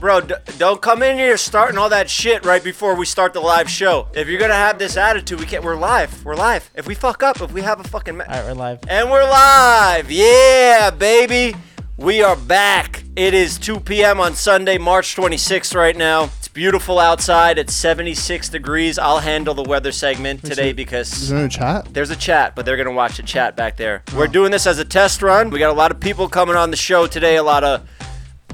Bro, d- don't come in here starting all that shit right before we start the live show. If you're gonna have this attitude, we can't. We're live. We're live. If we fuck up, if we have a fucking. Ma- All right, we're live. And we're live. Yeah, baby. We are back. It is 2 p.m. on Sunday, March 26th right now. It's beautiful outside. It's 76 degrees. I'll handle the weather segment today Is because there no chat? there's a chat, but they're going to watch the chat back there. We're doing this as a test run. We got a lot of people coming on the show today, a lot of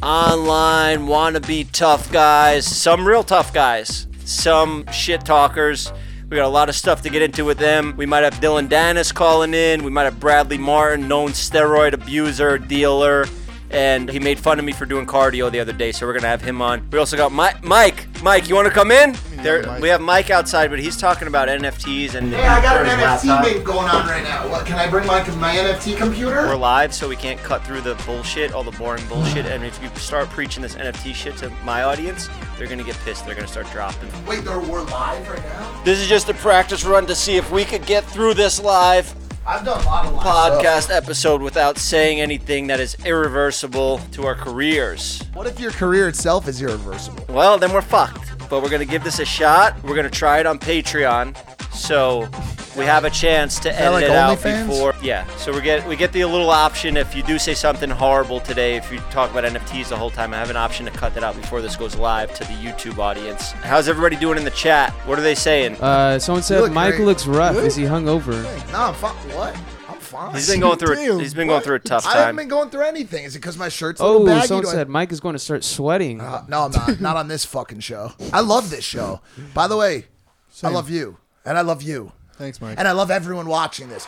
online wannabe tough guys, some real tough guys, some shit talkers. We got a lot of stuff to get into with them. We might have Dylan Dennis calling in. We might have Bradley Martin, known steroid abuser, dealer. And he made fun of me for doing cardio the other day, so we're gonna have him on. We also got Mike. Mike, Mike, you want to come in? There, Mike. we have Mike outside, but he's talking about NFTs and. Hey, I got an There's NFT laptop. mint going on right now. What, can I bring my my NFT computer? We're live, so we can't cut through the bullshit, all the boring bullshit. And if you start preaching this NFT shit to my audience, they're gonna get pissed. They're gonna start dropping. Wait, they're, we're live right now. This is just a practice run to see if we could get through this live I've done a lot of live stuff. podcast episode without saying anything that is irreversible to our careers. What if your career itself is irreversible? Well, then we're fucked. But we're gonna give this a shot. We're gonna try it on Patreon, so we have a chance to edit like it out OnlyFans? before. Yeah. So we get we get the little option if you do say something horrible today, if you talk about NFTs the whole time, I have an option to cut that out before this goes live to the YouTube audience. How's everybody doing in the chat? What are they saying? Uh, someone said look Mike great. looks rough. Good? Is he hungover? Hey, No, I'm fine. What? I'm fine. He's been going through. Damn, A, he's been going what? through a tough I haven't time. been going through anything. Is it because my shirt's a little Oh, baggy? someone Do I- said Mike is going to start sweating. Uh, no, I'm not. Not on this fucking show. I love this show. By the way, I Same. love you, and I love you, Thanks, Mike. and I love everyone watching this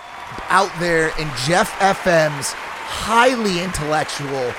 out there in Jeff FM's highly intellectual,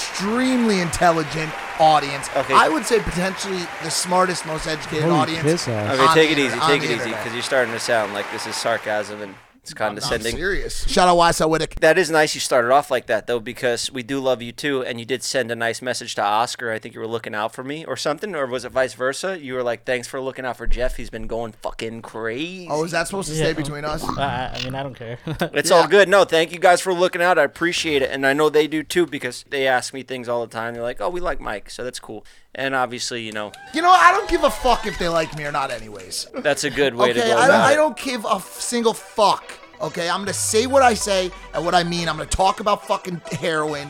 extremely intelligent audience. Okay. I would say potentially the smartest, most educated Holy audience. piss ass. Okay, on take it the easy. inter- on Take the it easy, internet. because you're starting to sound like this is sarcasm and it's condescending. I'm serious. Shout out Wise, I would. That is nice you started off like that though because we do love you too and you did send a nice message to Oscar. I think you were looking out for me or something or was it vice versa? You were like thanks for looking out for Jeff. He's been going fucking crazy. Oh, is that supposed to stay between us? I mean, I don't care. it's all good. No, thank you guys for looking out. I appreciate it and I know they do too because they ask me things all the time. They're like, "Oh, we like Mike." So that's cool. And obviously, you know, You know, I don't give a fuck if they like me or not, anyways. that's a good way okay, to go. I, don't- about I it. don't give a f- single fuck. Okay, I'm gonna say what I say and what I mean. I'm gonna talk about fucking heroin,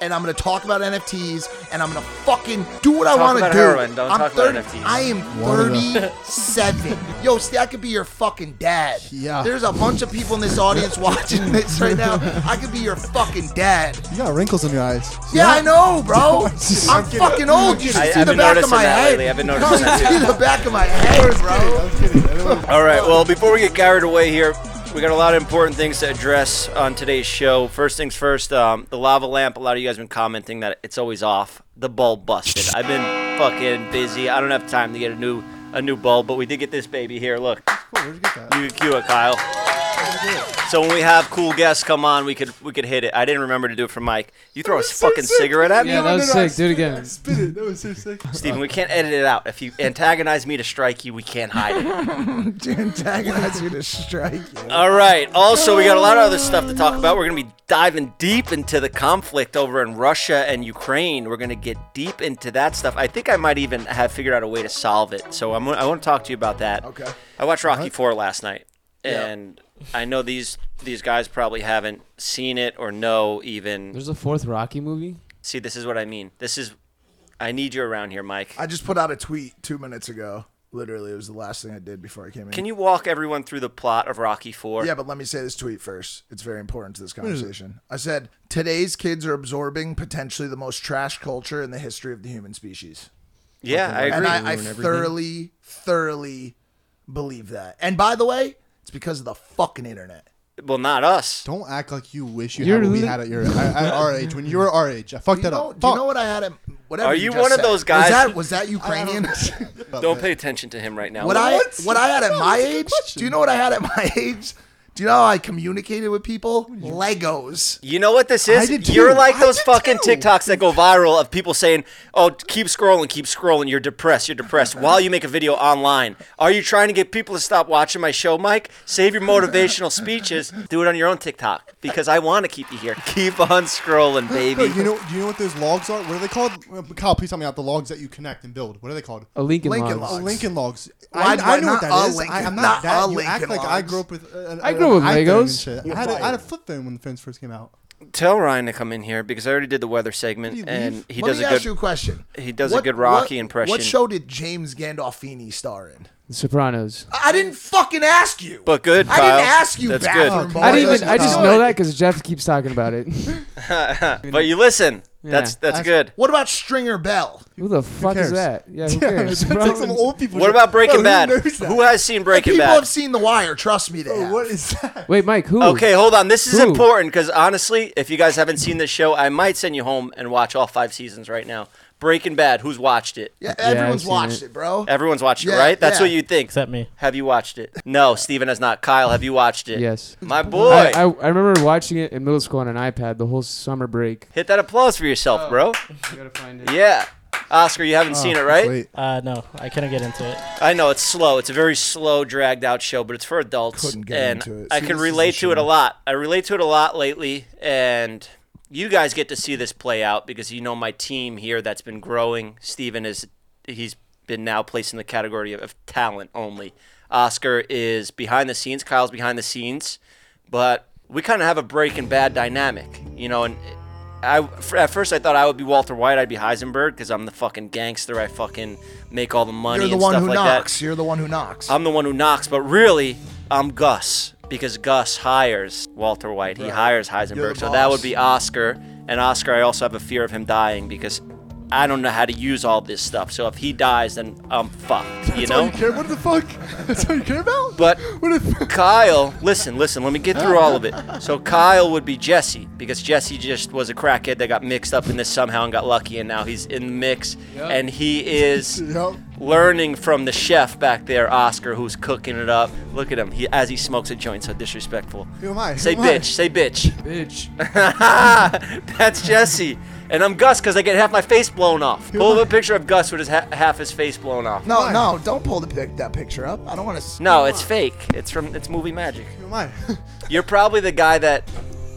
and I'm gonna talk about NFTs, and I'm gonna fucking do what I Talk want to about do. heroin, don't I'm talk about 30 NFTs. I am 37. Yo, see, I could be your fucking dad. Yeah. There's a bunch of people in this audience watching this right now. I could be your fucking dad. You got wrinkles in your eyes. Yeah, I know, bro. I'm fucking old. You should I- see I've the been back of noticing my that head. lately. I've been You noticing should that too. see the back of my head, bro. I'm kidding. Everyone- All right. Well, before we get carried away here, we got a lot of important things to address on today's show. First things first, um, the lava lamp. A lot of you guys have been commenting that it's always off. The bulb busted. I've been fucking busy. I don't have time to get a new a new bulb, but we did get this baby here. Look, Cool, where'd you get that? you can cue it, Kyle. So when we have cool guests come on, we could we could hit it. I didn't remember to do it for Mike. You throw a fucking cigarette at me, Yeah, that was I sick. Do it spit again. I spit it. That was so sick. Steven. We can't edit it out. If you antagonize me to strike you, we can't hide it. to antagonize you to strike you. All right. Also, we got a lot of other stuff to talk about. We're going to be diving deep into the conflict over in Russia and Ukraine. We're going to get deep into that stuff. I think I might even have figured out a way to solve it. So I'm, I want to talk to you about that. Okay. I watched Rocky Four last night, and I know these these guys probably haven't seen it or know even. There's a fourth Rocky movie. See, this is what I mean. This is. I need you around here, Mike. I just put out a tweet two minutes ago. Literally, it was the last thing I did before I came in. Can you walk everyone through the plot of Rocky Four? yeah, but let me say this tweet first. It's very important to this conversation. I said, Today's kids are absorbing potentially the most trash culture in the history of the human species. Yeah, I And agree. I, I thoroughly, thoroughly believe that. And by the way, it's because of the fucking internet. well, not us. Don't act like you wish you You're had what we li- had at your at, at our age. When you were our age, I fucked You that know, up. do you Fuck. know what I had? At, whatever Are you just one of said. those guys- Was that, was that Ukrainian? About Don't that. pay attention to him right now. what I What? what I had at No, my it's a good age. question. Do you know what I had at my age? Do you know how I communicated with people? Legos. You know what this is? I did You're too. like I those did fucking too. TikToks that go viral of people saying, "Oh, keep scrolling, keep scrolling. You're depressed. You're depressed." While you make a video online, are you trying to get people to stop watching my show, Mike? Save your motivational speeches. Do it on your own TikTok because I want to keep you here. Keep on scrolling, baby. you know, do you know what those logs are? What are they called? Uh, Kyle, please tell me out the logs that you connect and build. What are they called? A Lincoln, Lincoln Logs. Oh, Lincoln Logs. Why- I, why I know what not that a is. I, Lincoln? am not, Not that. a you act Lincoln like I Logs. grew up with. Uh, I grew up with Legos. I had, a, I had a flip phone when the phones first came out. Tell Ryan to come in here because I already did the weather segment Did he and leave? he Let does me a ask you a good. question. he does a good Rocky impression. What show did James Gandolfini star in? Sopranos. I didn't fucking ask you. But good, I didn't Kyle. ask you. That's bathroom good. boy. I didn't even. I just Sopranos. know that because Jeff keeps talking about it. But you listen. That's Yeah. that's good. What about Stringer Bell? Who the fuck is cares? that? Yeah, who Yeah, cares? that's like some old people. What shit. about Breaking Bro, Bad? Who, knows that? Who has seen Breaking People Bad? have seen The Wire. Trust me, they Bro, have. Oh, What is that? Wait, Mike. Who? Okay, hold on. This is Who? important because honestly, if you guys haven't seen this show, I might send you home and watch all five seasons right now. Breaking Bad. Who's watched it? Yeah, I've everyone's seen watched it. it, bro. Everyone's watched it, Yeah, right? That's yeah. what you think. Except me. have you watched it? No, Steven has not. Kyle, have you watched it? Yes. My boy. I, I, I remember watching it in middle school on an iPad the whole summer break. Hit that applause for yourself, Oh. bro. Gotta find it. Yeah. Oscar, you haven't seen it, right? Wait. Uh, no, I couldn't get into it. I know it's slow. It's a very slow, dragged out show, but it's for adults. Couldn't get and into it. I See, can this is relate the to it a show. lot. I relate to it a lot lately, and you guys get to see this play out because you know my team here that's been growing. Steven is he's been now placed in the category of, of talent only. Oscar is behind the scenes. Kyle's behind the scenes, but we kind of have a break and bad dynamic, you know, and I f- at first I thought I would be Walter White, I'd be Heisenberg because I'm the fucking gangster. I fucking make all the money You're the and one stuff who like knocks. that. You're the one who knocks. I'm the one who knocks, but really I'm Gus because Gus hires Walter White. He hires You're Heisenberg, the so that would boss. be Oscar. And Oscar, I also have a fear of him dying because I don't know how to use all this stuff. So if he dies, then I'm fucked. You That's all know. you care. What the fuck? That's all you care about? But what if? Kyle, listen, listen, let me get through all of it. So Kyle would be Jesse because Jesse just was a crackhead that got mixed up in this somehow and got lucky and now he's in the mix and he is Yup. learning from the chef back there, Oscar, who's cooking it up. Look at him. He as he smokes a joint so disrespectful. Who am I? Who Say am I? bitch, say bitch. Ah, Bitch. That's Jesse. And I'm Gus because I get half my face blown off. Who Pull am up a I? picture of Gus with his ha- half his face blown off. no, Why? no, don't pull the pic- that picture up. I don't want to. No, it's fake. It's from it's movie magic. Who am I? You're probably the guy that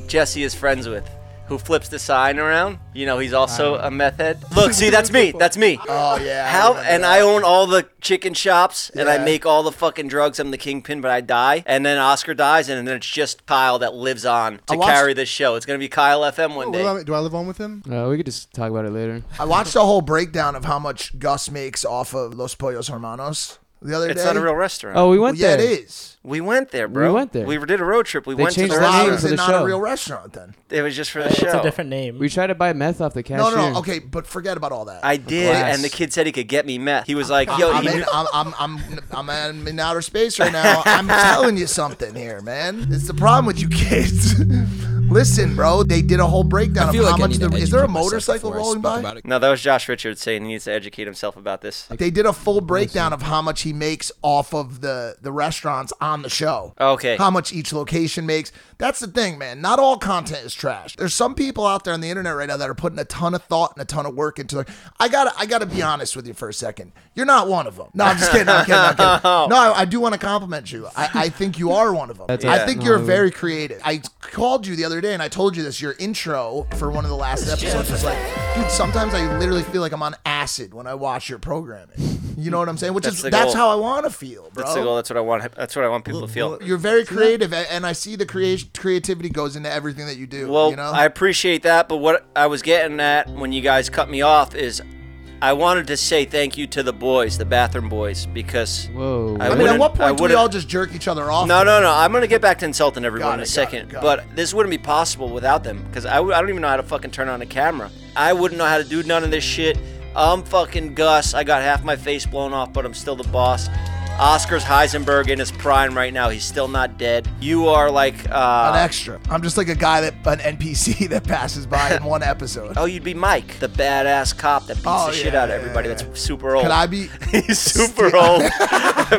Jesse is friends with, who flips the sign around. You know, he's also a meth head. Look, see, that's me. That's me. Oh yeah. I How? remember And that. I own all the chicken shops, and I Yeah. make all the fucking drugs. I'm the kingpin, but I die, and then Oscar dies, and then it's just Kyle that lives on to I watched- Oh, carry this show. It's gonna be Kyle FM one what day. about me? Do I live on with him? Uh, we could just talk about it later. I watched the whole breakdown of how much Gus makes off of Los Pollos Hermanos the other day. It's not a real restaurant. Oh, we Well, went yeah, there. it is. we went there, bro. went there. We did a road trip. We They went to changed the the name Wow, name restaurant. is for it the not show. a real restaurant then? It was just for the It's show. a different name. We tried to buy meth off the cashier. No, no, no. Okay, but forget about all that. I did, glass. and the kid said he could get me meth. He was like, "Yo, I'm he in, knew- I'm, I'm, I'm, I'm, I'm in outer space right now. I'm telling you something here, man. It's the problem with you kids. Listen, bro, they did a whole breakdown of how much. The, is there a motorcycle rolling by? No, that was Josh Richards saying he needs to educate himself about this. They did a full breakdown of how much he makes off of the the restaurants on the show. Okay. How much each location makes. That's the thing, man. Not all content is trash. There's some people out there on the internet right now that are putting a ton of thought and a ton of work into their I gotta I gotta be honest with you for a second. You're not one of them. No, I'm just kidding. I'm kidding. I'm kidding. No, I, I do want to compliment you. I, I think you are one of them. I it. think you're very creative. I called you the other day and I told you this. Your intro for one of the last episodes was like, dude, sometimes I literally feel like I'm on acid when I watch your programming. You know what I'm saying? Which That's is the that's goal. how I want to feel, bro. That's the goal. That's what I want. That's what I want people to feel. You're very creative, a- and I see the creation creativity goes into everything that you do. Well, you know, I appreciate that, but what I was getting at when you guys cut me off is, I wanted to say thank you to the boys, the bathroom boys, because Whoa. I I mean, wouldn't- at what I point do we wouldn't- all just jerk each other off? No, no, no. I'm gonna get back to insulting everyone in Got a it, got second, it, got but this wouldn't be possible without them. Cause I, w- I don't even know how to fucking turn on a camera. I wouldn't know how to do none of this shit. I'm fucking Gus. I got half my face blown off, but I'm still the boss. Oscar's Heisenberg in his prime right now. He's still not dead. You are like, An uh, extra. I'm just like a guy that an NPC that passes by in one episode. oh, you'd be Mike, the badass cop that beats Oh, the shit yeah, out of yeah, everybody. yeah. That's super old. Could I be? he's super old,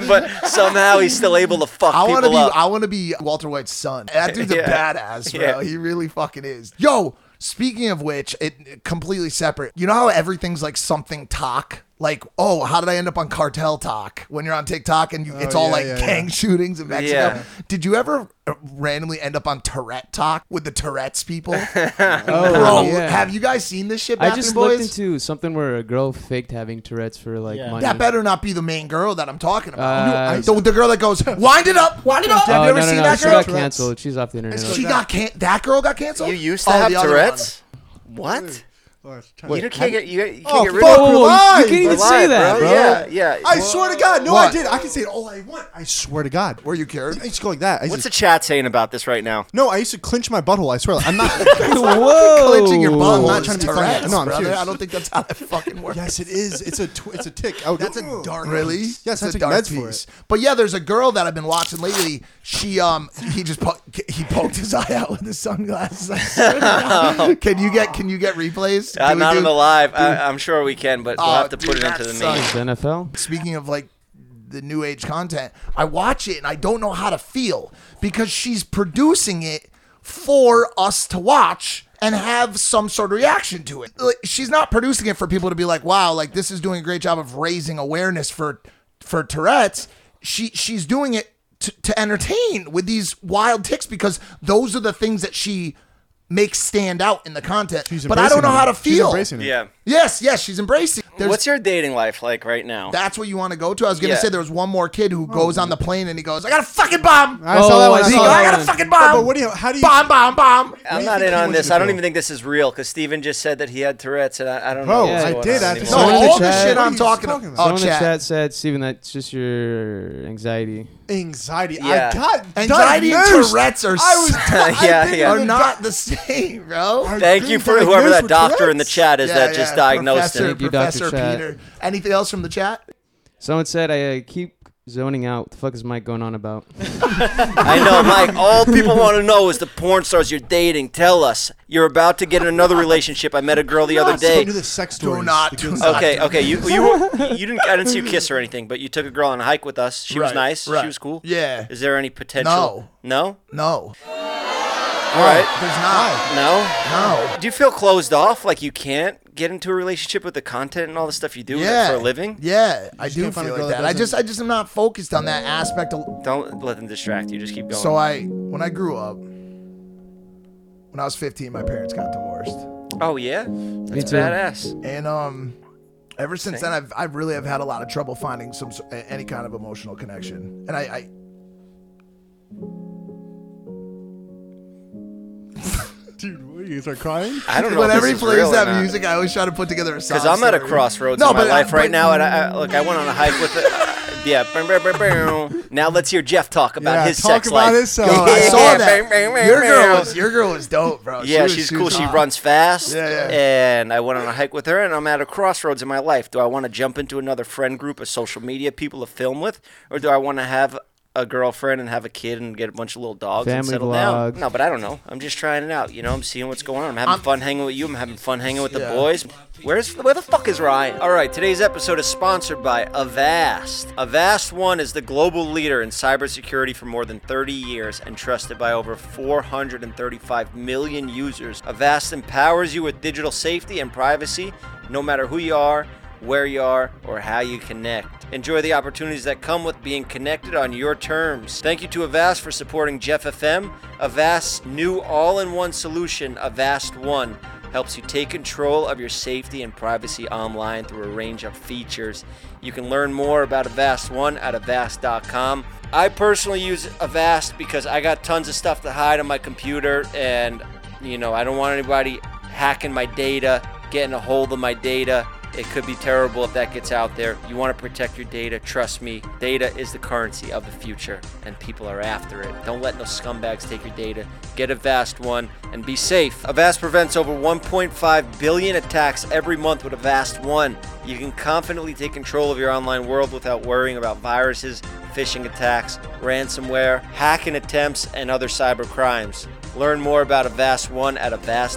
but somehow he's still able to fuck I want to people be. up. I want to be Walter White's son. That dude's Yeah. a badass, bro. Yeah. He really fucking is. Yo, speaking of which, it it completely separate. You know how everything's like something talk. Like, oh, how did I end up on cartel talk? When you're on TikTok Oh, and you, it's all yeah, like yeah, yeah. gang shootings in Mexico. Yeah. Did you ever uh, randomly end up on Tourette talk with the Tourette's people? Oh, Bro, yeah. have you guys seen this shit? I Backstreet just Boys? looked into something where a girl faked having Tourette's for like Yeah. money. That better not be the main girl that I'm talking about. Uh, No, I- the, the girl that goes, wind it up, wind it up. Oh, Have you ever no, no, seen no. that she girl? got canceled. She's off the internet. She got can- that girl got canceled. you used to Oh, have the other one. Tourette's? What? Oh, it's time. You can't get you, you can't Oh, get rid fuck, of Whoa, whoa, whoa, you Alive! can't even say Alive, that, bro. Yeah, yeah. I swear to God, no, What? I did. I can say it all I want. I swear to God. Were you cured? I used to go like that. I used What's to, the chat saying about this right now? no, I used to clinch my butthole. I swear. I'm not. Whoa! Clenching your bum. I'm not trying to be funny. Tourette's, No, I'm brother. serious. I don't think that's how that fucking works. yes, it is. It's a tw- it's a tick. I would That's go, a "Ugh." dark really. Yes, That's I took dark meds for piece. it. But yeah, there's a girl that I've been watching lately. She um he just po- he poked his eye out with his sunglasses. I swear to God. Can you get can you get replays? Uh, Can we not do- on the live. I, I'm sure we can, but we'll Oh, have to put it dude, into that the sucks. main. NFL. speaking of like the new age content, I watch it and I don't know how to feel because she's producing it for us to watch and have some sort of reaction to it. Like, she's not producing it for people to be like, "Wow, like this is doing a great job of raising awareness for for Tourette's." She she's doing it to, to entertain with these wild ticks because those are the things that she makes stand out in the content. She's but I don't embracing know it. how to She's feel. embracing it. Yeah. Yes, yes, she's embracing. There's What's your dating life like right now? that's what you want to go to. I was gonna Yeah. say there was one more kid who goes on the plane and he goes, "I got a fucking bomb." Oh I saw that Oh, one. I I see. He saw goes, that I got a one. fucking bomb. But what do you? How do you? bomb? Bomb? Bomb? I'm do you not think in he on wants this. to I don't feel? even think this is real because Steven just said that he had Tourette's, and I, I don't Bro, know. what's I going did. on I anymore. saw No, Someone in the all the chat- shit I'm What are you talking talking about. about? Oh, Someone in the chat. chat said, Steven, that's just your anxiety. Anxiety. Yeah. I got Anxiety and diagnosed. Tourette's are I was. Yeah, I've been yeah. are with a not the same, bro. Are Thank you being for whoever diagnosed that with doctor in the Tourette's? chat is Yeah, that yeah. just diagnosed Professor, him. Thank you, Professor Dr. Chat. Peter. Anything else from the chat? Someone said, I uh, keep zoning out. What the fuck is Mike going on about? I know, Mike. All people want to know is the porn stars you're dating. Tell us. You're about to get in another relationship. I met a girl the other Let's go day. do the sex stories. not The do good not. stuff. Okay, okay. You you were- you didn't I didn't see you kiss or anything, but you took a girl on a hike with us. She was Right, nice. right. She was cool. Yeah. Is there any potential? No. No. No, All right. there's not. No. No. Do you feel closed off? Like you can't get into a relationship with the content and all the stuff you do Yeah. for a living? Yeah, I just do can't find a feel girl like that that. I doesn't- just, I just am not focused on that aspect of Don't let them distract you. Just keep going. So I, when I grew up, when I was 15, my parents got divorced, oh yeah. That's too. badass. and um, ever since then, I've I really have had a lot of trouble finding some s- a- any kind of emotional connection, and I. Dude, what, you start crying? I I don't know. Whenever he if this is plays real or that not. music, I always try to put together a song. Because I'm at a story. crossroads in my but I- life right but- now, and I, I look, I went on a hike with. it. yeah. bam, bam, bam, bam. Now let's hear Jeff talk about Yeah, his talk sex about life. his sex Yo, I Yeah, saw that. bam, bam, bam, Your bam. girl was your girl was dope, bro. Yeah, was- she's she cool. was She hot. runs fast. Yeah, yeah. And I went on a hike with her, and I'm at a crossroads in my life. Do I want to jump into another friend group of social media people to film with, or do I want to have a girlfriend and have a kid and get a bunch of little dogs and Family settle vlog. down? No, but I don't know. I'm just trying it out. You know, I'm seeing what's going on. I'm having fun hanging with you. I'm having fun hanging with the Yeah. boys. Where's where the fuck is Ryan? All right, today's episode is sponsored by Avast. Avast One is the global leader in cybersecurity for more than 30 years and trusted by over 435 million users. Avast empowers you with digital safety and privacy, no matter who you are, where you are, or how you connect. Enjoy the opportunities that come with being connected on your terms. Thank you to Avast for supporting Jeff FM. Avast's new all-in-one solution, Avast One helps you take control of your safety and privacy online through a range of features. You can learn more about Avast One at avast.com. I personally use Avast because I got tons of stuff to hide on my computer and you know, I don't want anybody hacking my data, getting a hold of my data. It could be terrible if that gets out there. You want to protect your data. Trust me, data is the currency of the future, and people are after it. Don't let no scumbags take your data. Get a Vast one and be safe. Avast prevents over 1.5 billion attacks every month with Avast One. You can confidently take control of your online world without worrying about viruses, phishing attacks, ransomware, hacking attempts, and other cyber crimes. Learn more about Avast One at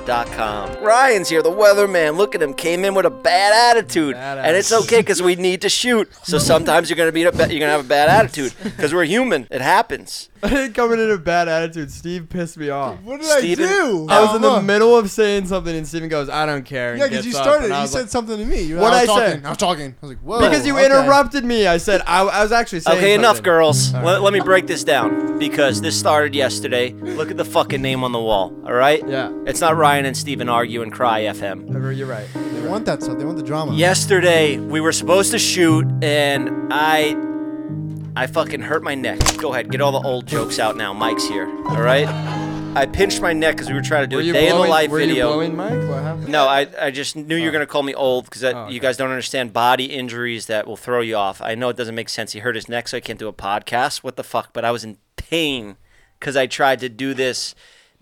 avast.com. Ryan's here, the weatherman. Look at him. Came in with a bad attitude. Bad and it's okay because we need to shoot. So sometimes you're going to be a ba- you're going to have a bad attitude because we're human. It happens. I didn't come in in a bad attitude. Steve pissed me off. What did Steven- I do? I was in the Look. middle of saying something, and Steven goes, "I don't care." and Yeah, because gets you up, started. and I You was said like- something to me. You, What'd I was I say? talking. I was talking. I was like, whoa. because you okay. interrupted me. I said I, I was actually saying. Oh, Okay, enough, something. girls. Let, let me break this down because this started yesterday. Look at the fucking name on the wall, all right? Yeah. It's not Ryan and Steven argue and cry FM. Ever, You're right. They want that stuff. They want the drama. Yesterday we were supposed to shoot and I I fucking hurt my neck. Go ahead, get all the old jokes out now. Mike's here. All right? I pinched my neck cuz we were trying to do Were a you day in blowing, the life were video. you blowing Mike? What happened? No, I, I just knew you were going to call me old because Oh, you okay. guys don't understand body injuries that will throw you off. I know it doesn't make sense. He hurt his neck, so I can't do a podcast. What the fuck? But I was in pain because I tried to do this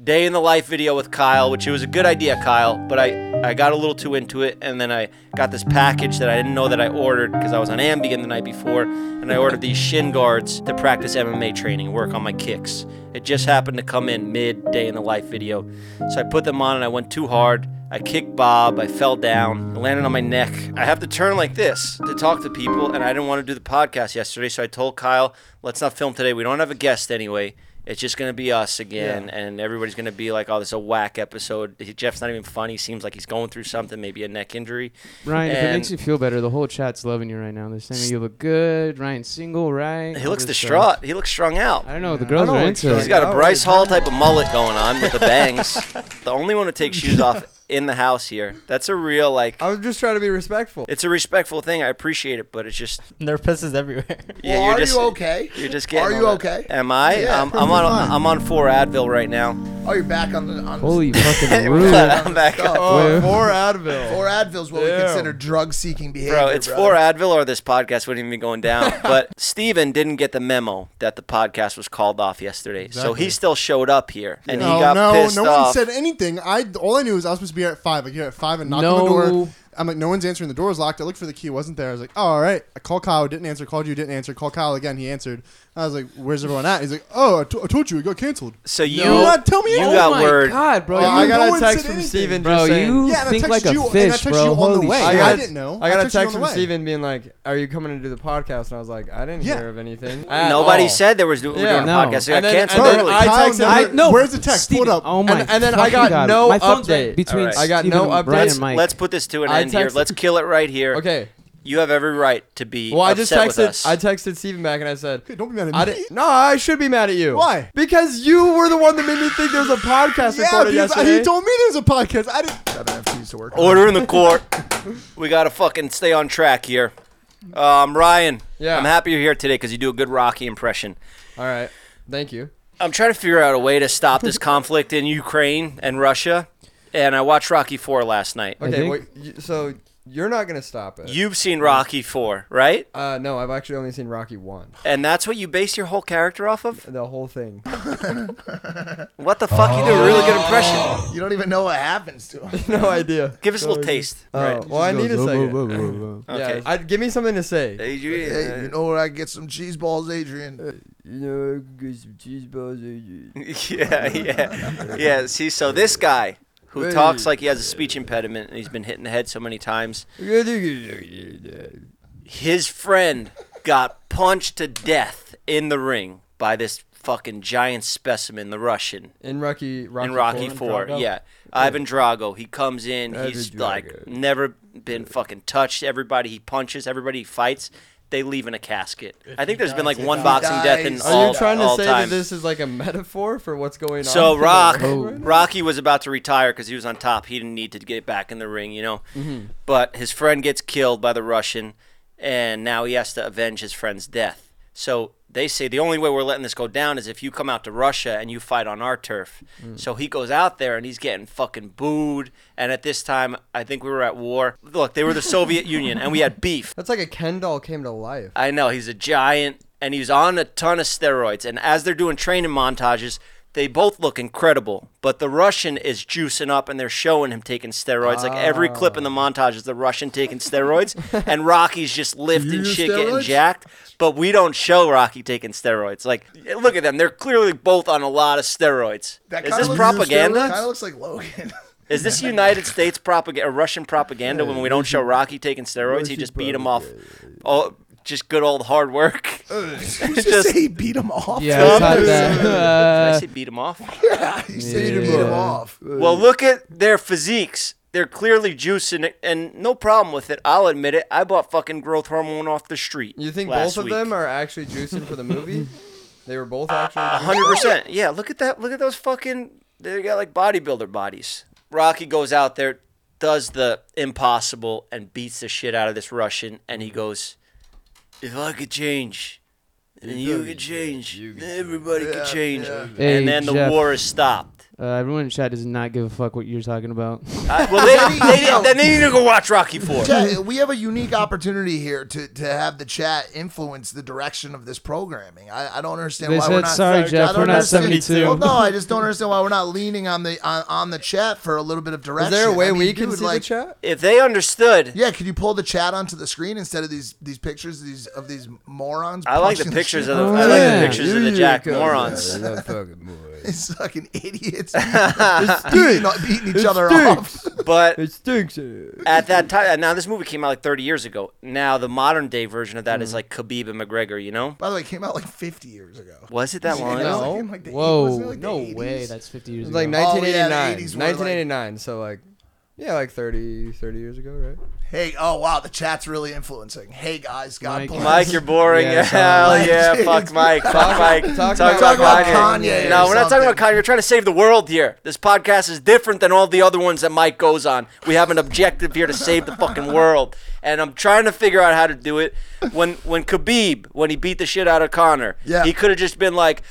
day in the life video with Kyle, which it was a good idea, Kyle, but I, I got a little too into it. And then I got this package that I didn't know that I ordered because I was on Ambien the night before. And I ordered these shin guards to practice MMA training and work on my kicks. It just happened to come in mid day in the life video. So I put them on and I went too hard. I kicked Bob, I fell down, I landed on my neck. I have to turn like this to talk to people, and I didn't want to do the podcast yesterday, so I told Kyle, let's not film today. We don't have a guest anyway. It's just going to be us again, and everybody's going to be like, oh, this is a whack episode. Jeff's not even funny. Seems like he's going through something, maybe a neck injury. Ryan, if it And- makes you feel better, the whole chat's loving you right now. They're saying you look good. Ryan's single, right? He All looks this stuff. distraught. He looks strung out. I don't know. The girls don't are look into He's it. straight. got a Oh, Bryce Hall type of mullet going on with the bangs. the only one who takes shoes off in the house here. That's a real, like, I was just trying to be respectful. it's a respectful thing. I appreciate it, but it's just And there are pisses everywhere. Yeah, Well, you're are just, you okay? You're just getting. Are all you that. okay? Am I? Yeah, I'm, I'm on. perfectly fine. I'm on four Advil right now. Oh, you're back on the on Holy fucking rude. But I'm back. up. Oh, Where? four Advil. Four Advil's what Damn. we consider drug-seeking behavior. Bro, it's brother. four Advil or this podcast wouldn't even be going down. but Steven didn't get the memo that the podcast was called off yesterday, so he still showed up here and no, he got no, pissed no off. one said anything. I all I knew was I was supposed to be here at five. I get here at five and knock on No. the door. I'm like, no one's answering. The door was locked. I looked for the key, it wasn't there. I was like, oh, all right. I called Kyle, didn't answer. Called you, didn't answer. Called Kyle again, he answered. I was like, where's everyone at? He's like, oh, I, to- I told you, it got canceled. so you, did not tell me you anything. oh got my word. God, bro. Yeah, I you- No got one a said text from anything. Steven bro, just saying. you Yeah, and I think texted like a you, and I fish, bro. texted you on the Holy way. shit. I got- didn't know. I I got texted you a on text the from way. Steven being like, "Are you coming to do the podcast?" And I was like, "I didn't Yeah. hear of anything." at Nobody all." said there was we were doing Yeah. a No. podcast. It got And then- canceled and then early. I Kyle texted never- her- no. Where's the text? Steven, Pull it up. Oh my And- and then I fucking got God. no My phone's update. dead between Alright. I got no Steven, Brian, updates. and Mike. Let's put this to an I end here. texted- Let's kill it right here. Okay. You have every right to be Well, I just upset with us. texted. I texted Steven back and I said, Hey, don't be mad at I me. didn't- no, I should be mad at you. Why? Because you were the one that made me think there was a podcast Yeah, recorded because yesterday. he told me there was a podcast. I didn't. Better have to work. Order in the court. we gotta fucking stay on track here. Um, Ryan, Yeah. I'm happy you're here today because you do a good Rocky impression. All right. Thank you. I'm trying to figure out a way to stop this conflict in Ukraine and Russia, and I watched Rocky Four last night. I Okay. think- Wait, you, so you're not gonna stop it. You've seen Rocky Four, right? uh, no, I've actually only seen Rocky one. And that's what you base your whole character off of. The whole thing. What the fuck? You do a really good impression. You don't even know what happens to him. no idea. Give us a little taste. Oh, Right. well, I need a Whoa, whoa, second. whoa, whoa, whoa. Okay. Yeah, I, give me something to say. Hey, you- Hey, you know where I get some cheese balls, Adrian? You know, get some cheese balls. uh, yeah, yeah, yeah. See, so this guy who Hey. talks like he has a speech impediment and he's been hit in the head so many times. uh, his friend got punched to death in the ring by this fucking giant specimen, the Russian In Rocky, Rocky in Rocky IV. Four. Drago? Yeah, Ivan Drago. He comes in. he's Ivan like Drago. never been fucking touched. Everybody he punches, everybody he fights, they leave in a casket. I think there's been like one he boxing death in dies. Are you all, trying to all say time. that this is like a metaphor for what's going on? So in the Rock, world Oh. right now? Rocky was about to retire because he was on top. He didn't need to get back in the ring, you know. But his friend gets killed by the Russian, and now he has to avenge his friend's death. So they say the only way we're letting this go down is if you come out to Russia and you fight on our turf. So he goes out there and he's getting fucking booed. And at this time, I think we were at war. Look, they were the Soviet Union and we had beef. That's like a Ken doll came to life. I know he's a giant, and he's on a ton of steroids. And as they're doing training montages, they both look incredible. But the Russian is juicing up, and they're showing him taking steroids. Like every clip in the Ah. montage is the Russian taking steroids, and Rocky's just lifting use shit, getting steroids? jacked. But we don't show Rocky taking steroids. Like, look at them; they're clearly both on a lot of steroids. That Is kinda this looks- propaganda? Kinda looks like Logan. Is this United States propaganda, Russian propaganda? When we don't show Rocky taking steroids, he just beat him off. Oh, just good old hard work. Did you Just- say he beat him off? Yeah, I Tom thought is- that. Did I Uh, say beat him off. Yeah, he said he beat him Yeah. off. Well, look at their physiques. They're clearly juicing it, and no problem with it. I'll admit it. I bought fucking growth hormone off the street. You think last both of week. them are actually juicing for the movie? they were both actually. A hundred percent. Yeah, look at that. Look at those fucking. They got like bodybuilder bodies. Rocky goes out there, does the impossible, and beats the shit out of this Russian. And he goes, "If I could change, then you could change. Everybody could change." Hey, And then the Jeff. war is stopped. uh, everyone in chat does not give a fuck what you're talking about. I- Uh, well, they, they, they, then they need to go watch Rocky Four. Yeah, we have a unique opportunity here to, to have the chat influence the direction of this programming. I, I don't understand They why we're said, not. "Sorry, Jeff, I don't we're not understand- 72." Well, no, I just don't understand why we're not leaning on the on, on the chat for a little bit of Is direction. there a way I mean, we can dude, see like- the chat? If they understood, Yeah, could you pull the chat onto the screen instead of these these pictures of these of these morons? I like the punching pictures shit of the, out Oh, I like yeah. the pictures of the Jack morons. these fucking idiots beating, beating each other off. But It stinks. at that time, and now this movie came out like 30 years ago. Now the modern day version of that is like Khabib and McGregor. You know, By the way, it came out like 50 years ago. was it that long? It was ago? like No. in, like, the- Whoa, wasn't it, like, the no way. 80s? That's 50 years It was ago. like Oh, yeah, 1989. the 80s were like- 1989. So like, yeah, like 30, 30 years ago, right? Hey, oh wow, the chat's really influencing. Hey guys, God Mike. bless. Mike, you're boring. Yeah, Hell sorry. yeah, Mike, fuck it's- Mike, fuck Mike. talk about- talk about Kanye No, or we're not talking about something. Kanye. We're trying to save the world here. This podcast is different than all the other ones that Mike goes on. We have an objective here to save the fucking world, and I'm trying to figure out how to do it. When when Khabib, when he beat the shit out of Connor, Yeah. he could have just been like.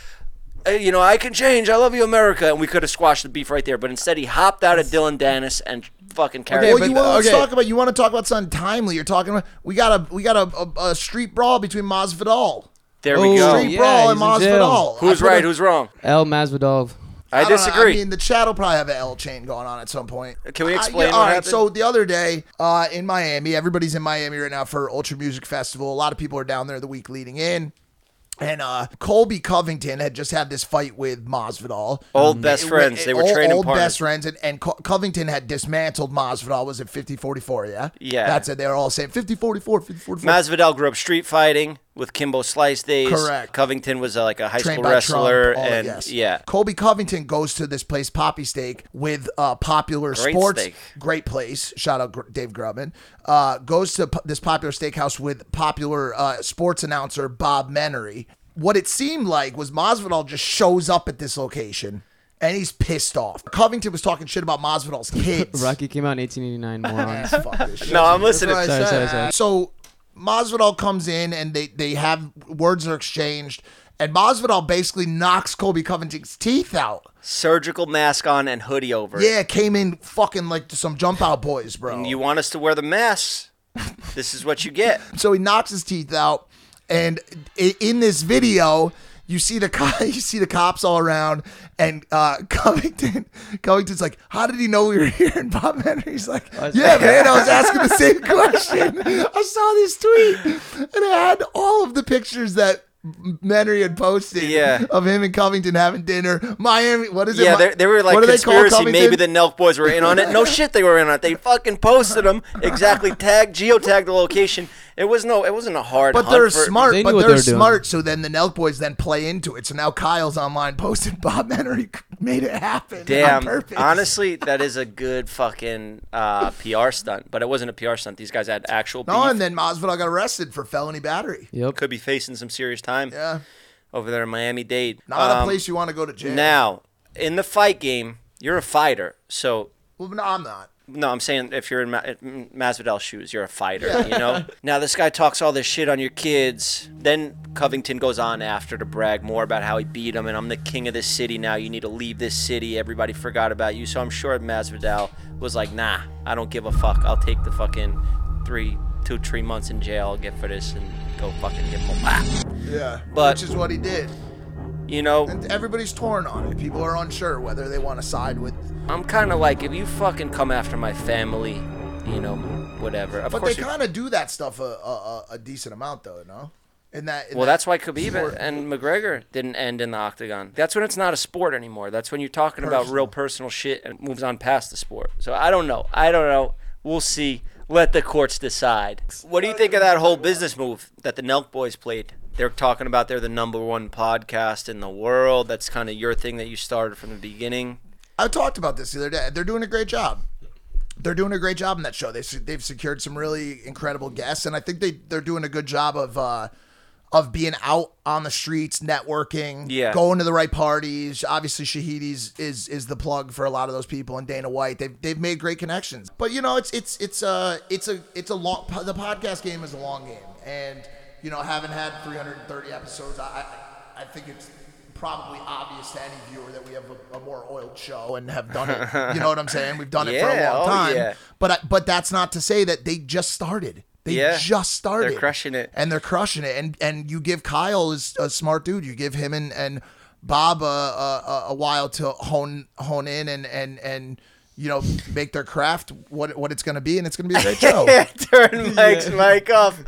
"Hey, You know, I can change. I love you, America, and we could have squashed the beef right there. But instead, he hopped out of Dylan Dennis and fucking carried. Okay, it. Well, you but- want to okay. talk about you want to talk about something timely. You're talking about we got a we got a, a, a street brawl between Masvidal, there we Oh, go. street yeah, brawl he's and in jail. Masvidal. Who's I put right? a- Who's wrong? El Masvidal. I, don't know, disagree. I mean, the chat will probably have an L chain going on at some point. Can we I- explain yeah, what all right. happened? So the other day uh, in Miami, everybody's in Miami right now for Ultra Music Festival. A lot of people are down there the week leading in. And uh, Colby Covington had just had this fight with Masvidal. Old best Um, It- friends. They were all- training old partners. best friends. And, and Co- Covington had dismantled Masvidal. Was it 50-44, yeah? Yeah. That's it. They were all saying 50-44, 50-44. Masvidal grew up street fighting with Kimbo Slice days. Correct. Covington was uh, like a high trained school by wrestler, Trump, all- and yes. yeah, Colby Covington goes to this place, Poppy Steak, with uh, popular Great sports. steak. Great place. Shout out Gr- Dave Grubman. Uh, goes to p- this popular steakhouse with popular uh, sports announcer Bob Menery. What it seemed like was Masvidal just shows up at this location. And he's pissed off. Covington was talking shit about Masvidal's kids. Rocky came out in 1889, morons. Fuck this shit. no, I'm listening. That's what sorry, I sorry, said. sorry. So Masvidal comes in and they they have words are exchanged, and Masvidal basically knocks Colby Covington's teeth out. Surgical mask on and hoodie over. Yeah, came in fucking like to some jump out boys, bro. you want us to wear the masks? this is what you get. so he knocks his teeth out, and i- in this video, you see the co- you see the cops all around, and uh, Covington Covington's like, "How did he know we were here?" And Bob Henry's like, "Yeah, man, I was asking the same question. I saw this tweet, and I had all of the pictures that." Henry had posted Yeah. of him and Covington having dinner. Miami, what is it? yeah, Mi- they, they were like what do they call conspiracy. Maybe Covington? the Nelk boys were in on it. No shit, they were in on it. They fucking posted them exactly. Tagged, geotagged the location. It was no, it wasn't a hard. But hunt they're for- smart. They knew but what they're they were doing. smart. So then the Nelk boys then play into it. So now Kyle's online posted Bob Henry made it happen. on Damn. purpose. Honestly, that is a good fucking uh, PR stunt. But it wasn't a PR stunt. These guys had actual. No, beef. and then Masvidal got arrested for felony battery. Yep. could be facing some serious time. Yeah, over there in Um, Miami Dade. not a place you want to go to jail. Now, in the fight game, you're a fighter. So, well, no, I'm not. No, I'm saying if you're in Ma- M- Masvidal's shoes, you're a fighter, you know? Now, this guy talks all this shit on your kids. Then Covington goes on after to brag more about how he beat him, and I'm the king of this city now. You need to leave this city. Everybody forgot about you. So I'm sure Masvidal was like, nah, I don't give a fuck. I'll take the fucking three, two, three months in jail I'll get for this and go fucking get my ah. Yeah. But- which is what he did. You know? And everybody's torn on it. People are unsure whether they want to side with. I'm kind of like, if you fucking come after my family, you know, whatever. Of But they course. you- kind of do that stuff a, a, a, a decent amount, though, no? In that. in well, that- that's why Khabib sport. and McGregor didn't end in the octagon. That's when it's not a sport anymore. That's when you're talking about real personal shit and moves on past the sport. So I don't know. I don't know. We'll see. Let the courts decide. What do you think of that whole business move that the Nelk boys played? They're talking about they're the number one podcast in the world. That's kind of your thing that you started from the beginning. I talked about this the other day. They're doing a great job. They're doing a great job in that show. They they've secured some really incredible guests, and I think they they're doing a good job of uh, of being out on the streets, networking, Yeah. going to the right parties. Obviously, Shahidi's is is the plug for a lot of those people, and Dana White. They've they've made great connections. But you know, it's it's it's a it's a it's a long the podcast game is a long game, and you know, having had 330 episodes, I I, I think it's probably obvious to any viewer that we have a, a more oiled show and have done it. You know what I'm saying? We've done it for a Yeah, long oh, time. yeah. But I, but that's not to say that they just started. They Yeah, just started. they're crushing it. And they're crushing it. And and you give Kyle is a smart dude. You give him and and Bob a, a, a while to hone hone in and and and you know make their craft what what it's going to be and it's going to be a great show. Turn Mike's mic off.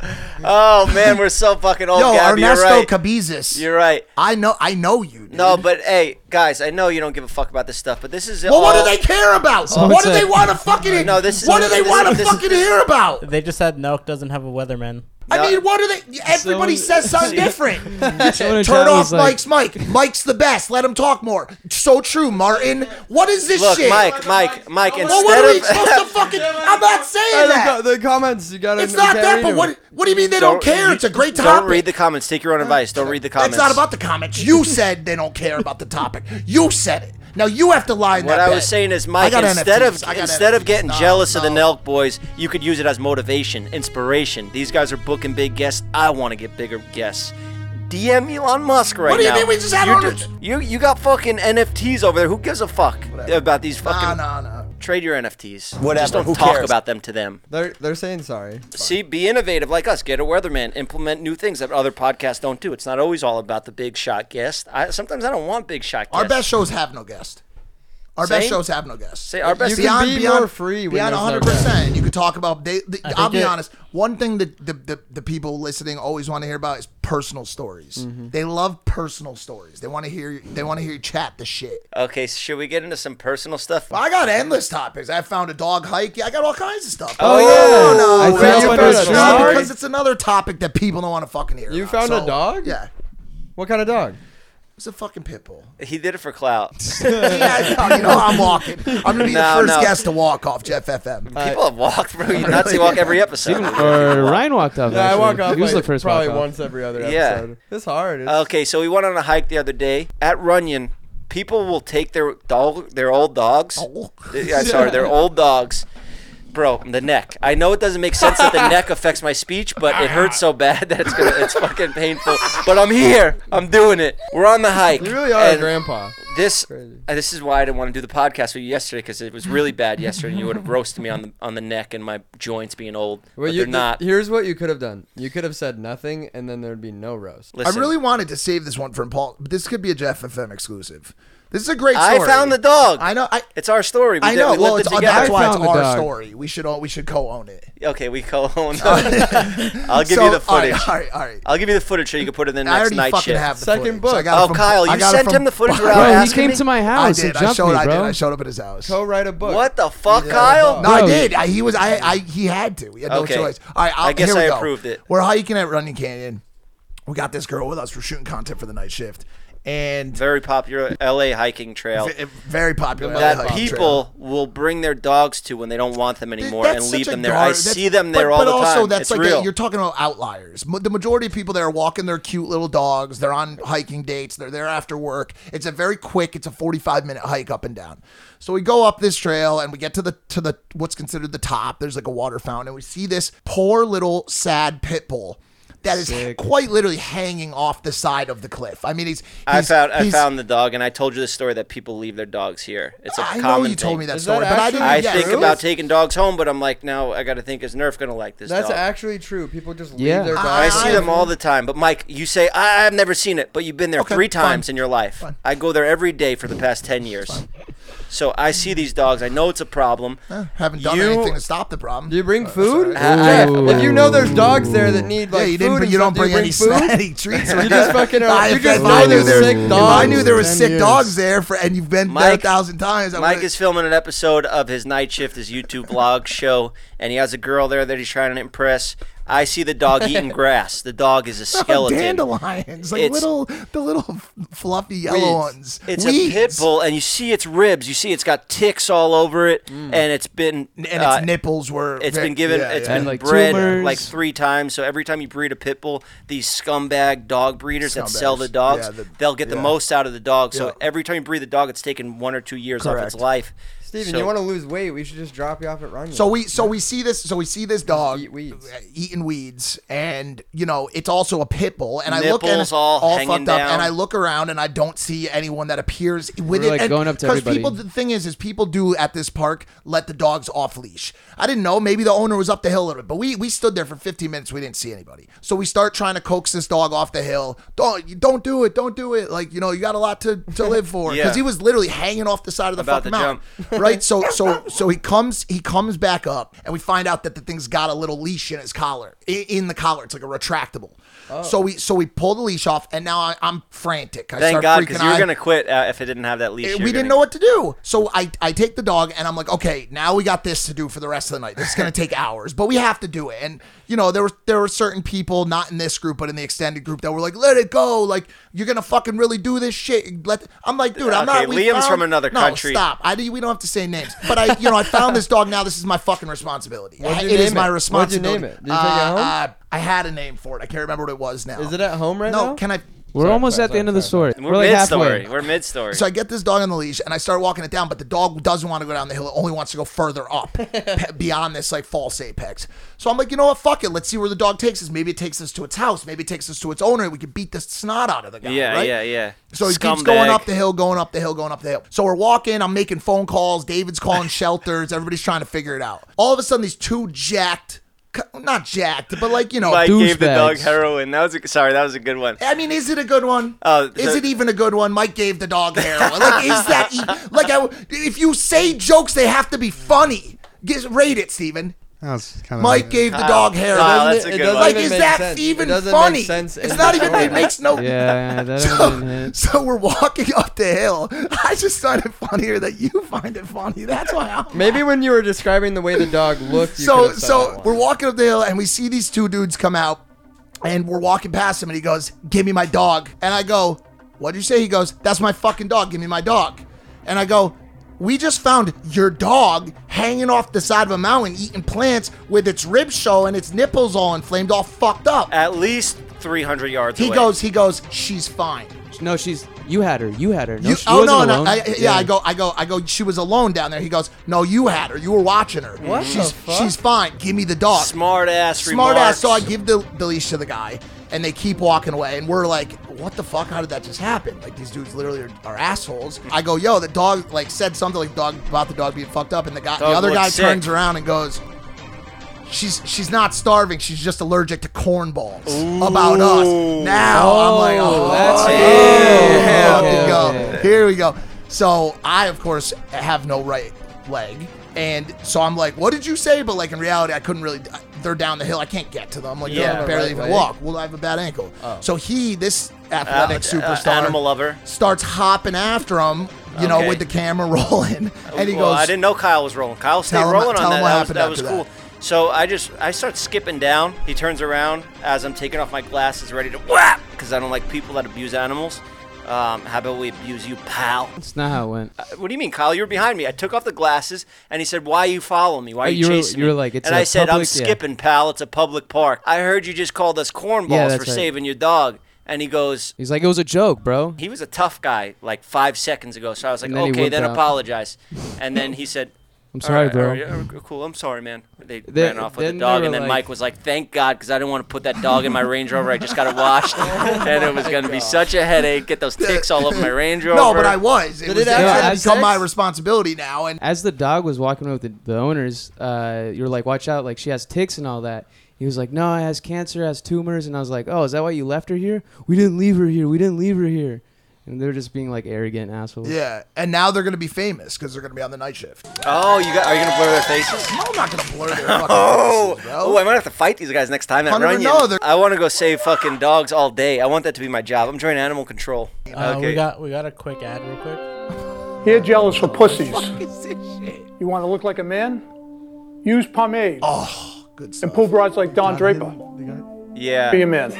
Oh man, we're so fucking old. Yo, Oh, Gabby, Ernesto you're right. Cabezas. you're right. I know I know you. Dude. No, but hey, guys, I know you don't give a fuck about this stuff, but this is Well, what all- do they care about? what it's do a- they want to fucking? No, this is- what do they this- want to this- fucking hear about? They just said Nelk doesn't have a weatherman. No. I mean, what do they? Everybody So- says something different. Someone Turn in town off was like- Mike's mic. Mike's the best. Let him talk more. So true, Martin. What is this Look, shit? Mike, Mike, Mike. Well, what are we Instead of supposed to fucking? I'm not saying Hey, that. the, the comments you gotta. It's you not can't that. read But them. what? What do you mean they don't care? It's a great don't read topic. the comments. Take your own advice. Don't read the comments. It's not about the comments. You said they don't care about the topic. You said it. Now you have to lie in What that I bed. was saying is, I Mike, got instead NFTs. of I got instead of NFTs. getting No, jealous of the no. Nelk boys, you could use it as motivation, inspiration. These guys are booking big guests. I want to get bigger guests. DM Elon Musk right now. What do you mean we just had you, hundreds? do- you you got fucking NFTs over there. Who gives a fuck about these Nah, fucking? nah, nah. Trade your NFTs. Whatever, Just don't who talk cares? about them to them. They're they're saying sorry. See, be innovative like us. Get a weatherman. Implement new things that other podcasts don't do. It's not always all about the big shot guest. I, sometimes I don't want big shot guests. Our best shows have no guest. Our best Same. shows have no guest. Say our best. You can be more free when beyond there's 100. no percent You could talk about. They, the, I'll be it- honest. One thing that the, the, the people listening always want to hear about is personal stories. Mm-hmm. They love personal stories. They want to hear. They want to hear you chat the shit. okay, so should we get into some personal stuff? I got endless topics. I found a dog hike. Yeah, I got all kinds of stuff. Oh, yeah. no, I no, found you a found a dog. dog because it's another topic that people don't want to fucking hear. You about. found a So, dog? Yeah, What kind of dog? it's a fucking pit bull. He did it for clout. yeah, I know, you know I'm walking. I'm gonna be No, the first no. guest to walk off Jeff FM. Uh, People have walked, bro. You Nazi walk every episode. Or Ryan walked off. Yeah, I actually. walk off He was the like, first probably walk off. once every other Yeah. episode. It's hard. It's, Okay, so we went on a hike the other day at Runyon. People will take their dog, their old dogs. Oh. Yeah, sorry, they're old dogs. Bro, the neck. I know it doesn't make sense that the neck affects my speech, but it hurts so bad that it's gonna, it's fucking painful. But I'm here. I'm doing it. We're on the hike. you really are a And grandpa. This uh, this is why I didn't want to do the podcast with you yesterday because it was really bad yesterday, and you would have roasted me on the on the neck and my joints being old. Well, but you, they're not. Here's what you could have done. You could have said nothing, and then there'd be no roast. Listen, I really wanted to save this one from Paul, but this could be a Jeff FM exclusive. This is a great I story. found the dog. I know. I, It's our story. We I did- know. We well, lived it's, uh, it that's together. why it's found the our dog. story. We should all we should co-own it. Okay, we co-own. I'll give you the all right, footage. All right, all right. I'll give you the footage so you can put it in the I next already night fucking shift. have the Second footage. book. I got it Oh, from- Kyle, I you got it sent from- him the footage Bro, without Bro, he asking came me? to my I house did. and I jumped showed. me, I did. bro. I showed up at his house. Co-write a book. What the fuck, Yeah. Kyle? No, I Bro, did. you- I, he was. I, I. He had to. He had Okay. no choice. All right. I'll, I guess here we I go. approved it. We're hiking at Runyon Canyon. We got this girl with us. We're shooting content for the night shift, and Very popular LA hiking trail v- very popular. that hiking people will bring their dogs to when they don't want them trail. anymore That's and such leave a them there. gar- I that's- see them but- there all but the also, time. That's it's like a- real. you're talking about outliers. Mo- The majority of people there are walking their cute little dogs. They're on hiking dates. They're there after work. It's a very quick. It's a 45 minute hike up and down. So we go up this trail and we get to the to the what's considered the top. There's like a water fountain. And we see this poor little sad pit bull. That is Sick. quite literally hanging off the side of the cliff. I mean, he's. I he's- found I he's- found the dog, and I told you the story that people leave their dogs here. It's a I common know you thing. told me that Is story, that but I actually didn't. I yeah, think really? about taking dogs home, but I'm like, no, I got to think is Nerf gonna like this That's dog? actually true. People just leave Yeah. their dogs. I see them all the time. But Mike, you say I- I've never seen it, but you've been there Okay, three fine. times in your life. I go there every day for the past ten years. So I see these dogs. I know it's a problem. Eh, haven't done You- anything to stop the problem. Do you Uh, bring food? I- Jeff, if you know there's dogs there that need like yeah, you food didn't. and But you don't stuff, do bring any food? snatty treats. You just fucking are- I- you if just I know knew there's there- sick if I dogs. knew there was Ten sick years. dogs there, for and you've been Mike- there a thousand times. I Mike would've- is filming an episode of his night shift, his YouTube vlog show, and he has a girl there that he's trying to impress. I see the dog eating grass. The dog is a Oh, skeleton. dandelions, like It's- little the little fluffy yellow ones. It's a Weeds. pit bull, and you see its ribs. You see it's got ticks all over it, and it's been Mm. and its uh, nipples were. It's very- been given. yeah, It's yeah. been And, like, bred tumors. like three times. So every time you breed a pit bull, these scumbag dog breeders that sell Scumbags. the dogs, Yeah, the- they'll get the yeah. most out of the dog. So Yeah. every time you breed the dog, it's taken one or two years off its Correct. life. Steven, So- you want to lose weight? We should just drop you off at Rania. So we so we see this so we see this dog uh, Eat weeds. eating weeds, and you know it's also a pit bull. And I look Nipples and all hanging fucked up, down. and I look around and I don't see anyone that appears with We're, it. like, and- going up to 'cause everybody. people, the thing is, is people do at this park let the dogs off leash. I didn't know. Maybe the owner was up the hill a little bit, but we we stood there for 15 minutes. We didn't see anybody, so we start trying to coax this dog off the hill. Don't you don't do it, don't do it. Like you know, you got a lot to to live for because Yeah. he was literally hanging off the side of the About fucking to mountain. right? So so so he comes he comes back up and we find out that the thing's got a little leash in his collar. I- In the collar, it's like a retractable. Oh. So we so we pull the leash off and now I, I'm frantic. I Thank start God, freaking because you were out. gonna quit uh, if it didn't have that leash. It- you Eh, we were didn't gonna- know what to do. So I, I take the dog and I'm like, okay, now we got this to do for the rest of the night. This is gonna take hours, but we have to do it. And you know, there were there were certain people, not in this group, but in the extended group, that were like, let it go. Like you're gonna fucking really do this shit. Let I'm like, dude, I'm Okay, not. we Liam's found- from another no, country. Stop. I we don't have to say names. But I you know I found this dog. Now this is my fucking responsibility. What'd you It is name my it? What'd you responsibility. name it? Did you take it home? Uh, I had a name for it. I can't remember what it was now. Is it at home right no, now? can I? We're almost sorry, at the end of the sorry, story. We're, We're, like mid halfway. story. We're mid story. So I get this dog on the leash and I start walking it down, but the dog doesn't want to go down the hill. It only wants to go further up pe- beyond this like false apex. So I'm like, you know what? Fuck it. Let's see where the dog takes us. Maybe it takes us to its house. Maybe it takes us to its owner. We could beat the snot out of the guy. yeah, right? yeah, yeah. So he keeps Scumbag. going up the hill, going up the hill, going up the hill. So we're walking. I'm making phone calls. David's calling shelters. Everybody's trying to figure it out. All of a sudden, these two jacked, cu- not jacked, but like you know. Mike gave the dog douchebags. heroin. That was a, sorry. That was a good one. I mean, is it a good one? Oh, is so- it even a good one? Mike gave the dog heroin. like, is that e- like I? w- If you say jokes, they have to be funny. Get, rate it, Steven. That was kind of Mike gave the dog heroin. Wow, that's it- a it good doesn't one. like, even is make that sense. It even doesn't make funny? sense in it's the not even. story. It makes no. Yeah, that So, would've been hit. so we're walking up the hill. I just find it funnier that you find it funny. That's why I'm. Maybe when you were describing the way the dog looked, you so could've said that so one. we're walking up the hill and we see these two dudes come out and we're walking past him and he goes, "Give me my dog." And I go, "What'd you say?" He goes, "That's my fucking dog. Give me my dog." And I go, "We just found your dog hanging off the side of a mountain eating plants with its ribs showing, its nipples all inflamed, all fucked up." At least 300 yards he away. goes, he goes, "She's fine." No, she's. You had her. You had her. No, You, she oh wasn't no, no! alone. I, yeah, I go, I go, I go. She was alone down there. He goes, "No, you had her. You were watching her. What the she's fuck? she's fine. Give me the dog." smart ass. smart ass so I give the, the leash to the guy and they keep walking away and we're like what the fuck how did that just happen like these dudes literally are, are assholes i go yo the dog like said something like dog about the dog being fucked up and the guy the Dog other looks guy sick. turns around and goes she's she's not starving she's just allergic to cornballs about us now i'm like oh that's yeah, it. here we go Yeah. here we go so i of course have no right leg and so i'm like what did you say but like in reality i couldn't really they're down the hill i can't get to them like Yeah. yeah, I barely Right even leg. walk. Well, I have a bad ankle. So he, this athletic superstar, Uh, animal lover. starts hopping after him, you know, Okay. with the camera rolling, and he well, goes, I didn't know Kyle was rolling. Kyle stayed Tell him- rolling tell on him that. what That was, that happened was cool. after that. So I just I start skipping down. He turns around as I'm taking off my glasses, ready to whap, because I don't like people that abuse animals. Um, how about we abuse you, pal? That's not how it went. Uh, What do you mean, Kyle? You were behind me. I took off the glasses, and he said, "Why you follow me? Why are But you, you were- chasing you me?" were Uh, like, it's and a I said, "I'm public- yeah." skipping, pal. It's a public park. I heard you just called us cornballs Yeah, for that's right. saving your dog." And he goes, He's like, it was a joke, bro. "He was a tough guy like five seconds ago." So I was like, And then he "Okay, whipped then out. apologize." And then he said. I'm "All sorry, right, bro. all right, yeah, oh, cool. I'm sorry, man. They Then- ran off with the then they dog, were and then like- Mike was like, "Thank God, because I didn't want to put that dog in my Range Rover. I just got it washed, Oh and it was going to be such a headache. Get those ticks all over my Range Rover." No, but I was. It Did was it actually actually have become sex? my responsibility now. And As the dog was walking with the, the owners, uh, you were like, watch out, like she has ticks and all that. He was like, no, it has cancer, it has tumors. And I was like, oh, is that why you left her here? We didn't leave her here. We didn't leave her here. And they're just being like arrogant assholes. yeah, and now they're gonna be famous because they're gonna be on the night shift. Oh, you got? Are you going to blur their faces? No, I'm not gonna blur their fucking Oh, faces, bro. oh, I might have to fight these guys next time at Hundred- Runyon. no, they're- I want to go save fucking dogs all day. I want that to be my job. I'm trying animal control. Uh, We got we got a quick ad real quick. Hair gel is for pussies. You want to look like a man? Use pomade Good and stuff. pull broads like Don Draper. Be a yeah, man.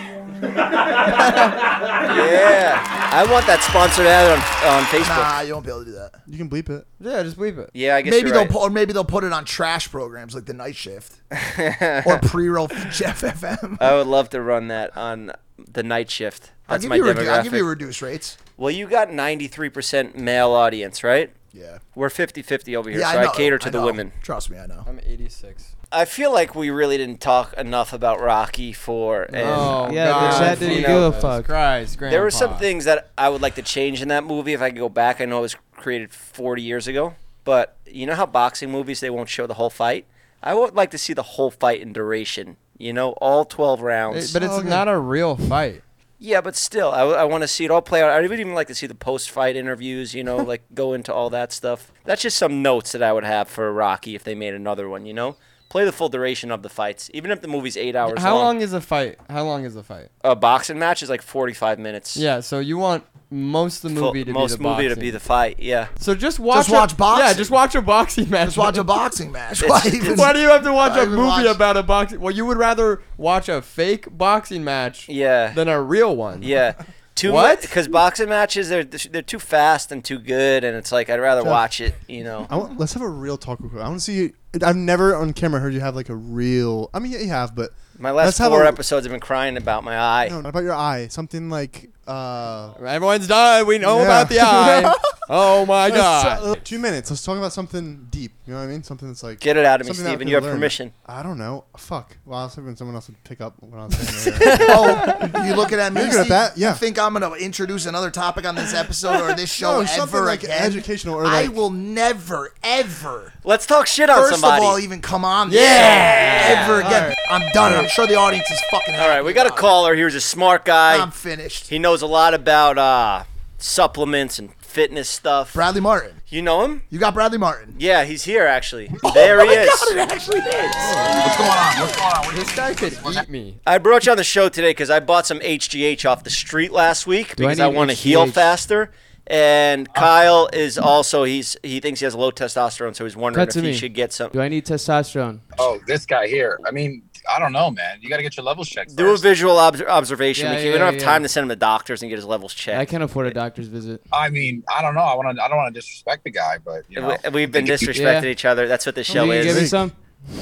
yeah. I want that sponsored ad on, on Facebook. Nah, you won't be able to do that. You can bleep it. Yeah, just bleep it. Yeah, I guess Maybe you're right. they'll pu- or maybe they'll put it on trash programs like the night shift or pre-roll Jeff FM. I would love to run that on the night shift. Uh, I'll That's give, my you redu- I'll give you demographic. reduced rates. Well, you got 93% male audience, right? Yeah. We're 50-50 over here, yeah, so I, know, cater to the know. women. Trust me, I know. I'm 86. I feel like we really didn't talk enough about Rocky 4 and Oh, Yeah, God, the chat didn't you give know, a fuck. Christ, There were some things that I would like to change in that movie if I could go back. I know it was created 40 years ago, but you know how boxing movies they won't show the whole fight. I would like to see the whole fight in duration. You know, all 12 rounds. But it's not a real fight. yeah, but still, I, want to see it all play out. I would even like to see the post-fight interviews. You know, like go into all that stuff. That's just some notes that I would have for Rocky if they made another one. You know. Play the full duration of the fights, even if the movie's eight hours How long. long is a fight? How long is a fight? A boxing match is like forty-five minutes. Yeah, so you want most of the Full- movie to most be the movie to boxing. be the fight. Yeah. So just watch. watch a, Yeah, boxing. just watch a boxing match. Just watch a boxing match. Why even? Why do you have to watch Why a even movie watch- about a boxing? Well, you would rather watch a fake boxing match Yeah. than a real one. Yeah. Too What? Because boxing matches they're they're too fast and too good, and it's like I'd rather watch it. You know. I want, let's have a real talk. real quick. I want to see. You, I've never on camera heard you have like a real. I mean, yeah, you have, but My last let's have four a- episodes have been crying about my eye. no, not about your eye. Something like. Uh, Everyone's done. We know Yeah. about the eye. oh my let's- god. uh, two minutes. Let's talk about something deep. You know what I mean? Something that's like. Get it out of me, something that Steven. we You have learned. permission. I don't know. Fuck. Well, I was hoping someone else would pick up what I was saying. earlier. oh, you looking at me? You're good at Steve? that, yeah. You think I'm gonna introduce another topic on this episode or this show No, ever something like again? educational or I like- will never, ever. Let's talk shit on First somebody. of all, even come on. Yeah. Ever again. I'm done. I'm sure the audience is fucking. all right, we got a caller. Here's a smart guy. I'm finished. he knows a lot about uh, supplements and fitness stuff. Bradley Martin. You know him? You got Bradley Martin. Yeah, he's here actually. there he is. What's going on? What's going on? This guy could eat me. I brought you on the show today because I bought some HGH off the street last week I because I, need want to heal HGH? faster. And Kyle is also he's he thinks he has low testosterone, so he's wondering Cut if to he me. should get some. Do I need testosterone? oh, this guy here. I mean, I don't know, man. You got to get your levels checked. Do a first. visual ob- observation. Yeah, we, yeah, we don't have yeah. time to send him to doctors and get his levels checked. I can't afford a doctor's visit. I mean, I don't know. I want to. I don't want to disrespect the guy, but you know, We- We've been I can't disrespecting get Yeah. each other. That's what this show Can you give is. me some?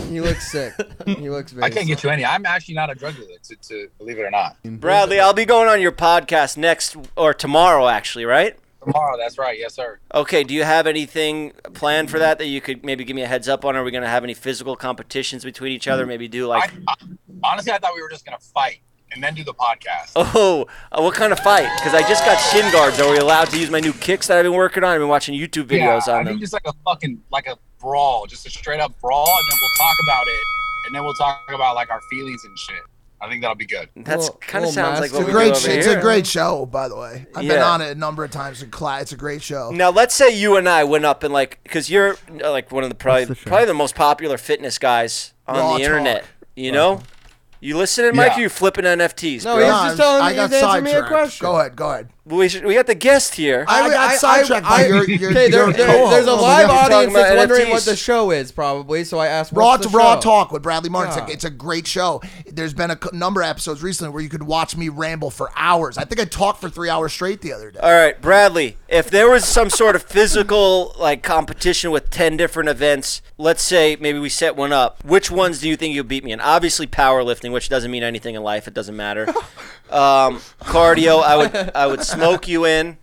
He looks sick. he looks you- very. I can't get you any. I'm actually not a drug dealer. To, to believe it or not, Bradley, I'll be going on your podcast next or tomorrow, actually, right? tomorrow. That's right. Yes, sir. Okay. Do you have anything planned for that that you could maybe give me a heads up on? Are we going to have any physical competitions between each other? Maybe do like I, I, honestly, I thought we were just gonna fight and then do the podcast. Oh, uh, what kind of fight? Because I just got shin guards. Are we allowed to use my new kicks that I've been working on? I've been watching YouTube videos yeah, I on think them. just like a fucking like a brawl, just a straight up brawl, and then we'll talk about it, and then we'll talk about like our feelings and shit. I think that'll be good. That's Well- kind of well, sounds Matt's like a what we It's a do great, over sh- it's a here. great show, by the way. I've been Yeah. on it a number of times with Clyde. It's a great show. Now let's say you and I went up and like, because you're uh, like one of the probably probably the most popular fitness guys on Raw the talk. internet. You know, you listening, Mike? Yeah. Or you flipping NFTs? No, bro? he's just telling me he's answering me a sidetracked. question. Go ahead, go ahead. we should, we got the guest here. I, got sidetracked by your, your, Okay, there, your there- co-host. there's a We're live talking audience about that's wondering what NFTs. the show is, probably. So I asked, Raw What's to the Raw show?" Talk with Bradley Martin. It's, a, Yeah. it's a great show. There's been a c- number of episodes recently where you could watch me ramble for hours. I think I talked for three hours straight the other day. All right, Bradley. If there was some sort of physical like competition with ten different events, let's say maybe we set one up. Which ones do you think you'll beat me in? Obviously, powerlifting, which doesn't mean anything in life. It doesn't matter. Um, cardio, I would I would smoke you in.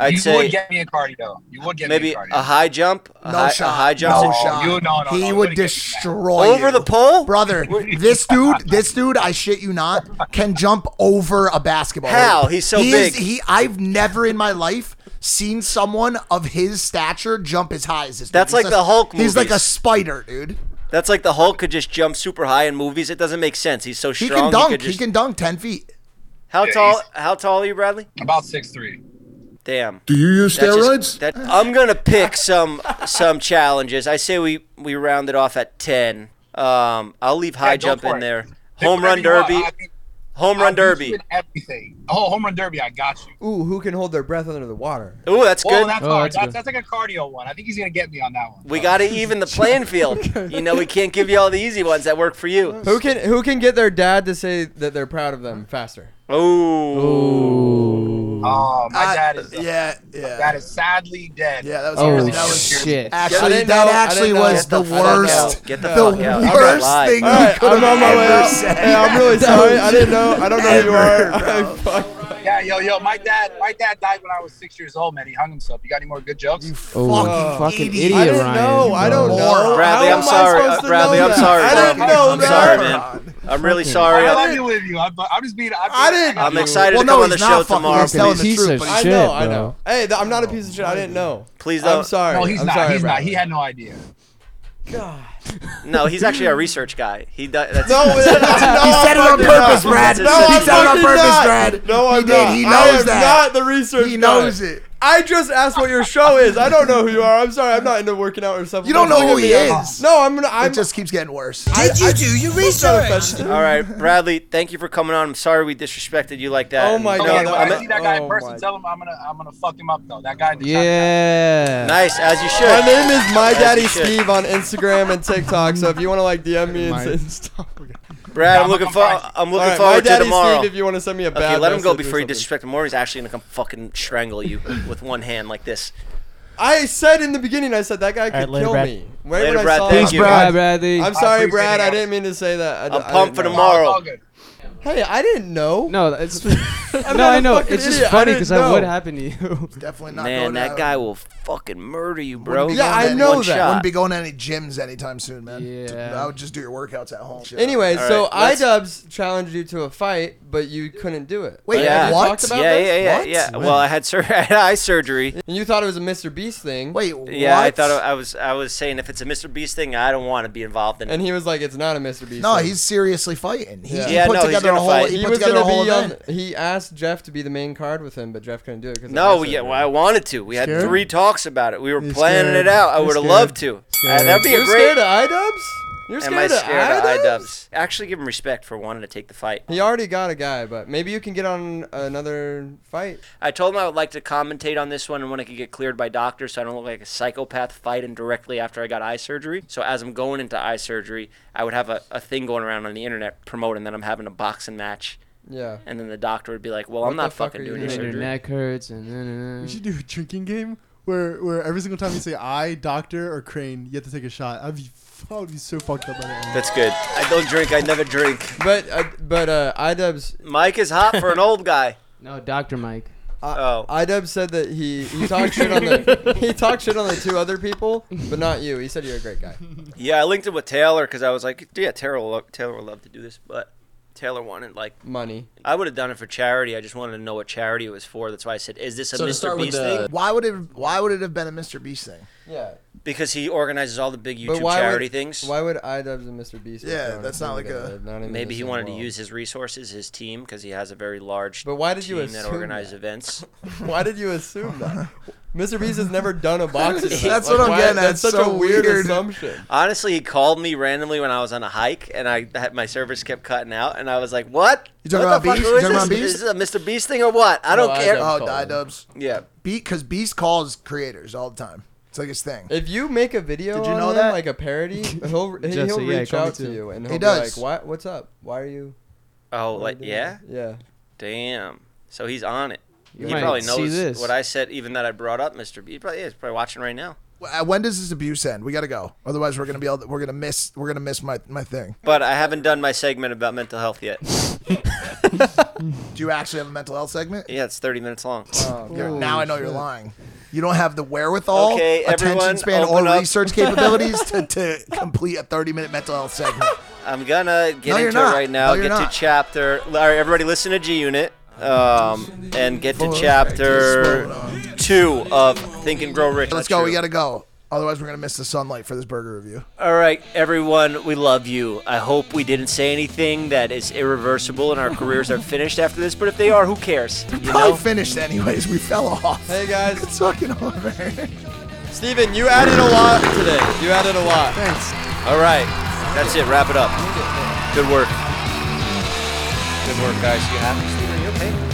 I'd you say would get me a cardio. You would get maybe me a cardio. a high jump. A No high, shot. A high jump. no Oh, shot. you- no, no, he no, you would wouldn't get me back. destroy Over you. the pole? brother. this dude, this dude, I shit you not, can jump over a basketball. How? He's so he big. Is, he, I've never in my life seen someone of his stature jump as high as this. dude. That's He's like a- the Hulk He's like a movies. spider, dude. That's like the Hulk could just jump super high in movies. It doesn't make sense. He's so He strong. can dunk. could He just- can dunk ten feet. How Yeah, tall? he's- How tall are you, Bradley? About six three. Damn. Do you use That's just- steroids? that- I'm gonna pick some some challenges. I say we we round it off at ten. Um, I'll leave high go jump for in it. there. Pick Home run whatever you want. derby. I think- Home I'll run beat you derby. in Everything. Oh, home run derby. I got you. Ooh, who can hold their breath under the water? Ooh, that's Whoa, good. that's Oh, hard. that's That's, good. that's like a cardio one. I think he's gonna get me on that one. We gotta even the playing field. You know, we can't give you all the easy ones that work for you. Who can who can get their dad to say that they're proud of them faster? Ooh. Oh, my I- dad is. Uh, yeah, yeah. That is sadly dead. Yeah, that was Oh really- that was shit! I Actually, didn't that know- I actually didn't know. was Get the the fuck out. worst. Get the The fuck out. I'm not worst lying. thing All you right, could I'm on have my way ever out. Hey, said. I'm really sorry. I didn't know. I don't know who you are. I fucked Yeah, yo, yo, my dad, my dad died when I was six years old, man. He hung himself. You got any more good jokes? You Oh, fucking fucking idiot. idiot, I didn't Ryan. know. I don't Moron. know. Bradley, How I'm am I sorry. supposed Uh, to Bradley, know I'm that? sorry. I bro. didn't know I'm that. sorry, man. I'm really sorry. I I'm, love you with you. I'm, I'm just being. I'm, I didn't- I'm you. excited Well, to come no, on the he's not show fucking- tomorrow. he's telling the Piece truth, of but shit. I know. I bro. know. Hey, th- I'm not a piece of shit. I didn't know. Please don't. I'm sorry. No, he's I'm not. sorry, he's not. Bradley. He had no idea. No, he's actually a research guy. He does. That's, No, he He said it on purpose, Brad. Brad. No, No, he I'm said it on purpose, not. Brad. No, I'm he did. not. He I knows am that. not the research. He guy. knows it. I just asked what your show is. I don't know who you are. I'm sorry. I'm not into working out or something. You don't know who he is. No, I'm gonna. I'm It just keeps getting worse. Did you do your research? All right, Bradley. Thank you for coming on. I'm sorry we disrespected you like that. Oh my And- God, Okay, when that- I I'm- see that guy oh in person, my- tell him I'm gonna, I'm gonna fuck him up though. That guy. in the chat. Yeah. Nice, as you should. My name is My Daddy As you should. Steve on Instagram and TikTok. So if you want to like DM me and say, Brad, I'm I'm looking a for. compromise. I'm all looking right, My forward to Daddy tomorrow. Steve, if you want to send me a bad. Okay, let him go message or before you something. disrespect him more. He's actually gonna come fucking strangle you with one hand like this. I said in the beginning, I said that guy could right, later, kill Brad. me. Right Later, when Brad, I saw thank him. you. Bye, Bradley. I'm sorry, appreciate Brad. it, I guys. didn't mean to say that. I, I'm I pumped didn't for know. tomorrow. It's all good. Hey, I didn't know. No, it's no, not I a know. fucking It's just idiot. I funny didn't because that know. would happen to you. Definitely not. Man, going that to- guy will fucking murder you, bro. be Yeah, going I to- know One that. shot. Wouldn't be going to any gyms anytime soon, man. Yeah. I would just do your workouts at home. Anyway, All so right, let's- iDubbbz challenged you to a fight, but you couldn't do it. Wait, Yeah. you what? talked about yeah, this? yeah, yeah, yeah. Well, I had sur- I had eye surgery. And you thought it was a Mr. Beast thing. Wait, what? Yeah, I thought I was. I was saying if it's a Mr. Beast thing, I don't want to be involved in it. And he was like, "It's not a Mr. Beast." No, thing. he's seriously fighting. He, Yeah. he Yeah, put no, he's together a gonna whole. fight. He, he put was together a gonna whole be on. event. He asked Jeff to be the main card with him, but Jeff couldn't do it. 'cause of No, eye yeah, well, surgery. I wanted to. We had Scared? three talks about it. We were You planning scared? it out. I You would have scared? loved to. Scared? Uh, that'd be You're a great. scared of iDubbbz? You're Am I scared, scared of of iDubbbz? iDubbbz? Actually, give him respect for wanting to take the fight. He already got a guy, but maybe you can get on another fight. I told him I would like to commentate on this one and when I could get cleared by doctors so I don't look like a psychopath fighting directly after I got eye surgery. So as I'm going into eye surgery, I would have a, a thing going around on the internet promoting that I'm having a boxing match. Yeah. And then the doctor would be like, well, What I'm the not fuck fucking are you doing and your then your surgery. neck hurts and. We should do a drinking game where where every single time you say I, doctor, or crane, you have to take a shot. I'd be, I would be so fucked up by that. That's good. I don't drink. I never drink. But uh, but uh, iDubbbz Mike is hot for an old guy. No, Doctor Mike. Oh. Idub said that he he talked shit on the he talked shit on the two other people, but not you. He said you're a great guy. Yeah, I linked it with Taylor because I was like, yeah, Taylor will, Taylor would love to do this, but Taylor wanted like Money. I would have done it for charity. I just wanted to know what charity it was for. That's why I said, is this a So to Mr. start with Beast the- thing? Why would it? Why would it have been a Mr. Beast thing? Yeah. Because he organizes all the big But YouTube why charity would, things. Why would Idubbbz and Mr. Beast? be Yeah, thrown that's not like together? a- They're not even Maybe the he same wanted to world. use his resources, his team, because he has a very large But why did you team that assume organizes that? events. Why did you assume that? Mr. Beast has never done a box event. That's what I'm why- getting at. That's such So a weird, weird. assumption. Honestly, he called me randomly when I was on a hike, and I had, my service kept cutting out, and I was like, "What? You talking What about the fuck? Beast? Who You is talking this? about Beast? Is this a Mr. Beast thing or what? I don't No, I care." don't. Oh, Call die him. dubs. Yeah, Beat because Beast calls creators all the time. It's like his thing. If you make a video Did you on know him, that? like a parody, he'll he'll Jesse, yeah, reach call me out to too. you and He he'll does. be like, "Why? What's up? Why are you?" Oh, like yeah, Yeah. damn. So he's on it. You he might probably see knows this. what I said, even that I brought up Mr. B. He probably is probably watching right now. Uh, When does this abuse end? We gotta go. Otherwise, we're gonna be all. We're gonna miss. We're gonna miss my my thing. But I haven't done my segment about mental health yet. Do you actually have a mental health segment? Yeah, it's 30 minutes long. You're- now I know you're lying. You don't have the wherewithal, Okay, attention everyone, span, or open up. research capabilities to, to complete a 30 minute mental health segment. I'm gonna get No, you're into it not. right now. No, you're get not. to chapter. All right, everybody, listen to G Unit, um, and get to chapter two of Think and Grow Rich. Let's go. We gotta go. Otherwise, we're gonna miss the sunlight for this burger review. All right, everyone, we love you. I hope we didn't say anything that is irreversible and our careers are finished after this. But if they are, who cares? You Probably know. finished anyways. We fell off. Hey guys, It's fucking over. Steven, you added a lot today. You added a lot. All right, that's it. Wrap it up. Good work. Good work, guys. You happy? Steven? You okay?